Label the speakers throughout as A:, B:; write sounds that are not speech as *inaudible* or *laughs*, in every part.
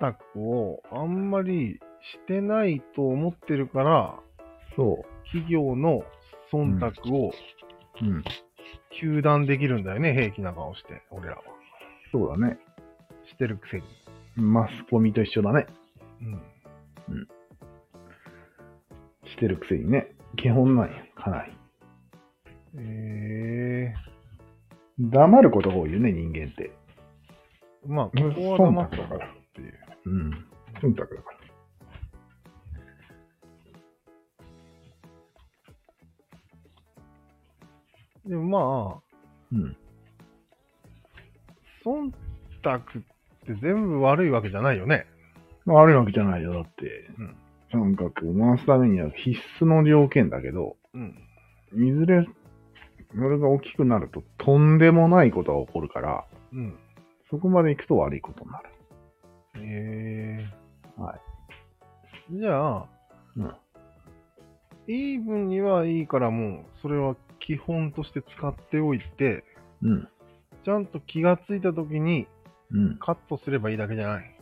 A: 択をあんまりしてないと思ってるから、
B: そ
A: 企業の忖度を
B: う。うん。
A: 糾弾できるんだよね、平気な顔して、俺らは。
B: そうだね。
A: してるくせに。
B: マスコミと一緒だね。
A: うん。
B: してるくせにね。基本なんや。かなり。
A: え
B: 黙ることが多いよね、人間って。
A: えー。まあ、こ
B: うん
A: こは黙っとこうっていう。
B: うん。忖度だから。
A: でもま
B: うん。
A: あ、忖度って全部悪いわけじゃないよね。
B: 悪いわけじゃないよ。だって
A: うん、
B: 三角を回すためには必須の条件だけど、
A: うん。
B: いずれ、それが大きくなると、とんでもないことが起こるから、
A: うん。
B: そこまで行くと悪いことになる。
A: ええ。
B: はい
A: じゃあ、
B: うん
A: イーブンにはいいからもう、それは基本として使っておいて、
B: うん。
A: ちゃんと気がついた時に
B: うん。
A: カットすればいいだけじゃない。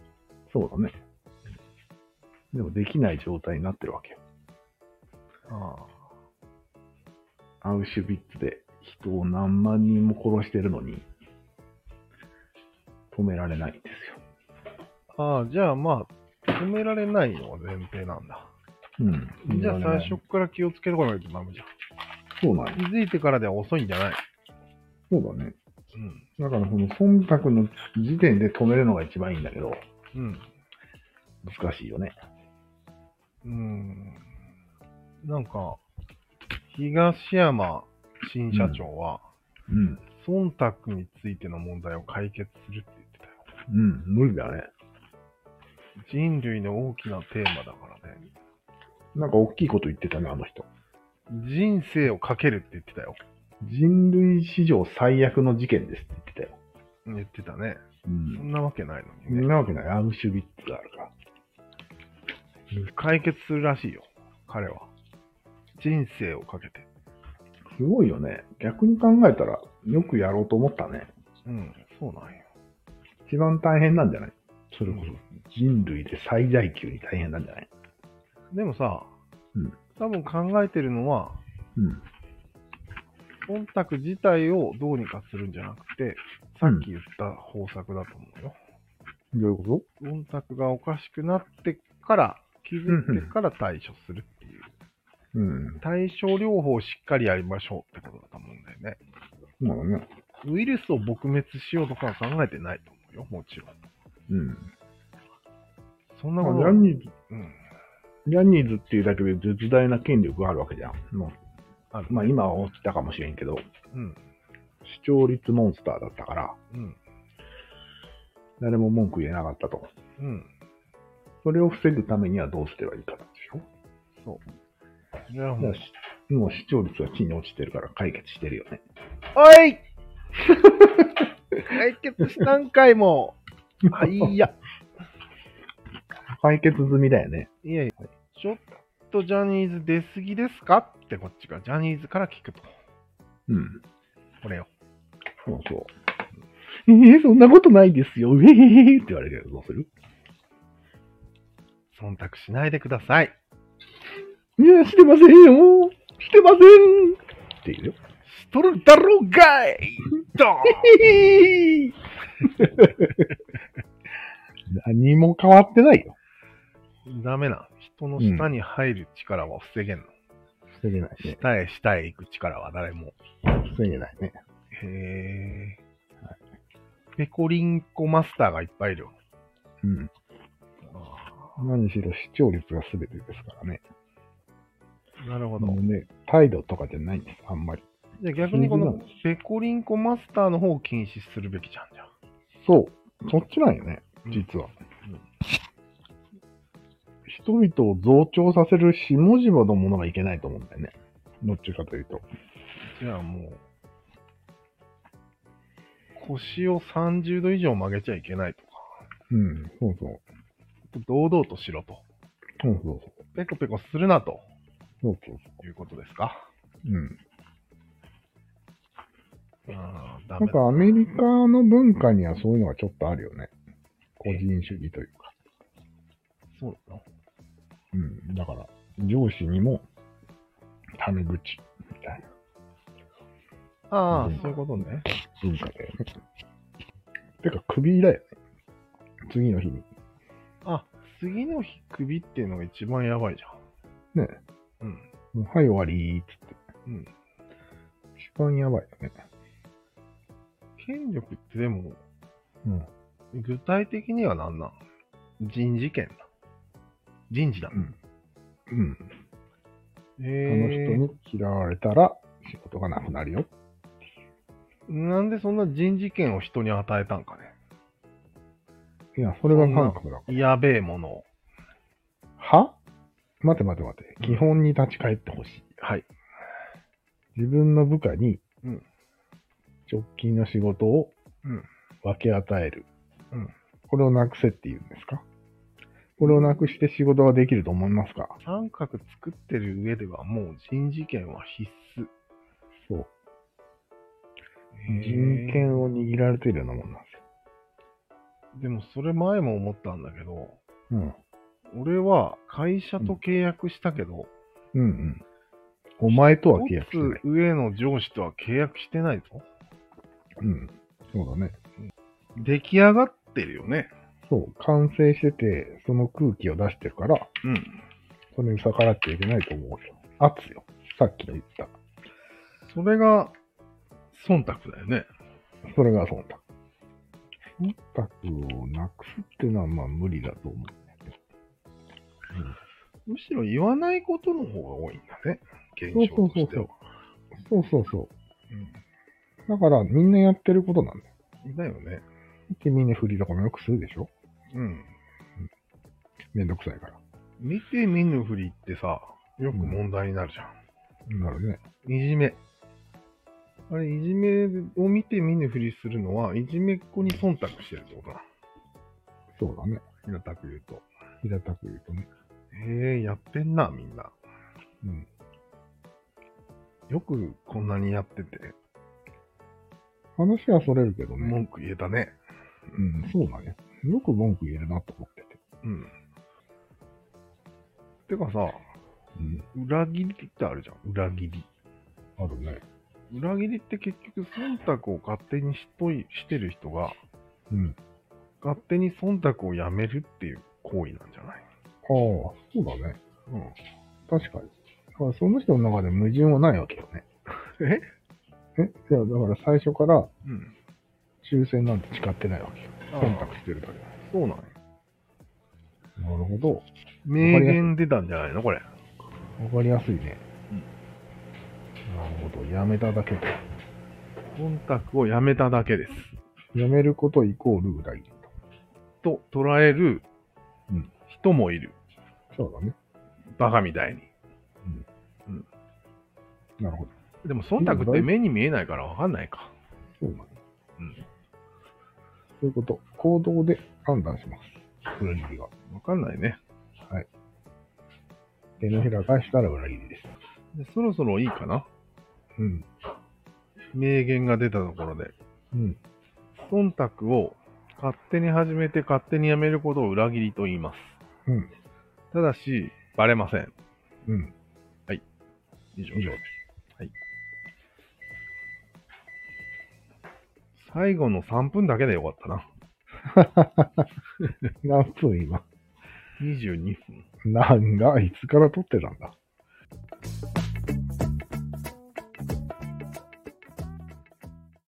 B: そうだね。でもできない状態になってるわけよ。
A: あ
B: アウシュビッツで人を何万人も殺してるのに、止められないんですよ。
A: あ。ああ、じゃあまあ、止められないのは前提なんだ。
B: うん。
A: じゃあ
B: 止めら
A: 最
B: れない
A: 初。から気をつけとかないとダメじゃん。
B: そうなんよ
A: 気づいてからでは遅いんじゃない
B: そうだね。
A: うん。
B: だからこの忖度の時点で止めるのが一番いいんだけど、
A: うん。
B: 難しいよね。
A: うーんなんか、東山新社長は、
B: うん。
A: 忖度についての問題を解決するって言ってたよ。
B: うん。無理だね。
A: 人類の大きなテーマだからね。
B: なんか大きいこと言ってたね、あの人。
A: 人生をかけるって言ってたよ。
B: 人類史上最悪の事件ですって言ってたよ。
A: 言ってたね。
B: う
A: そ
B: ん。
A: んなわけない
B: そ
A: のに
B: ん
A: ね。
B: なわけない。アウシュビッツがあるから。
A: 解決するらしいよ。彼は。人生をかけて。
B: すごいよね。逆に考えたら、よくやろうと思ったね。
A: うん、そうなんよ。
B: 一番大変なんじゃないそれこそ人類で最大級に大変なんじゃない
A: でもさ、
B: うん
A: 多分考えてるのは、
B: うん。
A: 忖度自体をどうにかするんじゃなくて、さっき言った方策だと思うよ。
B: どういうこ
A: 忖度がおかしくなってから、気づいてから対処するっていう。
B: とうん。
A: 対処療法をしっかりやりましょうってことだと思うんだよね。
B: そうだね。
A: ウイルスを撲滅しようとかは考えてないと思うよ、もちろん。
B: うん。
A: そんな
B: ま
A: こ
B: あ
A: と
B: ジ
A: は
B: ャ、ニーズ、
A: うん、
B: ジャニーズっていうだけで絶大な権力があるわけじゃん。まあ、
A: ある。
B: まあ今は落ちたかもしれんけど、
A: うん、
B: 視聴率モンスターだったから、
A: うん、
B: 誰も文句言えなかったと。
A: うん。
B: それを防ぐためにはどうすればいいかなんですよ。
A: そう。それはも
B: も
A: う
B: うしもう視聴率は地に落ちてるから解決してるよね。
A: お
B: *laughs*
A: い解決したんかいもう。あ、いいや。
B: 解決済みだよね。
A: いやいや、ちょっとジャニーズ出すぎですかってこっちがジャニーズから聞くと。
B: うん。
A: これよ。
B: そうそう。えー、そんなことないですよ。えへへへって言われるけど、どうする
A: 忖度しないでください。
B: いや、してませんよ。してませんって言うよ。
A: しとるだろうがいドーン
B: へへ *laughs* へ何も変わってないよ。
A: ダメな。人の下に入る力は防げんの。
B: 防げないね。
A: 下へ下へ行く力は誰も。
B: 防げないね。
A: へー。ペコリンコマスターがいっぱいいるよ。
B: うん。何しろ視聴率が全てですからね。
A: なるほど。
B: もうね、態度とかじゃないんです、あんまり。
A: じゃあ逆にこの
B: そうなん
A: ペコリンコマスターの方を禁止するべきじゃんじゃあ
B: そう。そっちなんよね、実は。人々を増長させる下々のものがいけないと思うんだよね。どっちかというと。
A: じゃあもう、腰を30度以上曲げちゃいけないとか、
B: うん、そうそう。
A: 堂々としろと、
B: そうそうそう。
A: ペコペコするなと
B: そうそう
A: いうことですか。
B: そう。うん。
A: ああ、ダ
B: な
A: メ
B: ん
A: だ。
B: かアメリカの文化にはそういうのがちょっとあるよね。個人主義というか。
A: そうなの
B: うん。だから、上司にも、タメ口みたいな
A: ああ、
B: うん
A: そういうことね。
B: 文化だよね。てか、首だよね。次の日に。
A: あ、次の日首っていうのが一番やばいじゃん。
B: ね
A: うん。
B: もう、はい、終わりーっつって。
A: うん。
B: 一番やばいよね。
A: 権力ってでも、
B: うん。
A: 具体的には何なん人事権だ。人事だ。
B: うん。あの人
A: え
B: に嫌われたら、仕事がなくなるよ。
A: ー、なんでそんな人事権を人に与えたんか
B: いや、それは韓国だから。
A: ね。やべえものを。
B: は待て待て待て。基本に立ち返ってほしい。
A: はい。
B: 自分の部下に
A: うん、
B: 直近の仕事を
A: うん
B: 分け与える。
A: うん
B: これをなくせって言うんですかこれをなくして仕事ができると思いますか
A: 三角作ってる上ではもう人事権は必須。
B: そう。
A: へー
B: 人権を握られているようなもんなんですよ。
A: でもそれ前も思ったんだけど、
B: うん。
A: 俺は会社と契約したけど、
B: うんうん。お前とは契
A: 一
B: 約してない。
A: つ上の上司とは契約してないぞ。
B: うん。そうだね。
A: 出来上がってるよね。
B: そう。完成してて、その空気を出してるから、
A: うん。
B: それに逆らっちゃいけないと思うよ。圧よ。さっきの言った。
A: それが、忖度だよね。
B: それが忖度。忖度をなくすっていうのはまあ無理だと思うんだけど。
A: むしろ言わないことの方が多いんだね。現
B: そうそ
A: 象とし
B: うそう
A: て
B: そ
A: は
B: う。。そうそうそう。だからみんなやってることなんだよ。
A: うん。だよね。
B: 君に振りとかもよくするでしょ
A: うん。
B: めんどくさいから。
A: 見て見ぬふりってさ、よく問題になるじゃん。
B: なるね。
A: いじめ。あれ、いじめを見て見ぬふりするのは、いじめっ子に忖度してるってことだ。
B: そうだね。
A: 平たく言うと。
B: 平たく言うとね。
A: へえ、やってんな、みんな。
B: うん。
A: よくこんなにやってて、
B: 話はそれるけどね。
A: 文句言えたね。
B: うん、そうだね。よく文句言えるなと思ってて。
A: うん。てかさ、
B: うん。
A: 裏切りってあるじゃん。裏切り。
B: あるね。
A: 裏切りって結局忖度を勝手にしといしてる人が、
B: うん。
A: 勝手に忖度をやめるっていう行為なんじゃない
B: ああ、そうだね。
A: うん。
B: 確かに。だからその人の中で矛盾はないわけよね。
A: え
B: えいや、だから最初から
A: うん。
B: 抽選なんて誓ってないわけよ。
A: ああ
B: 忖度してるだけだ
A: そうなんや。
B: なるほど。
A: 名言出たんじゃないのこれ。
B: わかりやすいね。
A: うん
B: なるほど。やめただけと。
A: 忖度をやめただけです。
B: やめることイコール裏切りと。
A: と捉える
B: うん
A: 人もいる。
B: そうだね。
A: バカみたいに。
B: なるほど。
A: でも忖度って目に見えないからわかんないか。
B: そうだね。
A: うん。
B: そういうこと。行動で判断します。裏切りが。
A: わかんないね。
B: 手のひら返したら裏切りです。
A: でそろそろいいかな
B: うん。
A: 名言が出たところで。
B: うん。
A: 忖度を勝手に始めて勝手にやめることを裏切りと言います。
B: うん。
A: ただし、バレません。
B: うん。
A: 以上
B: 以
A: で。
B: 上です
A: 最後の3分だけでよかったな。
B: 何分今。
A: 22分。
B: なんが、いつから撮ってたんだ。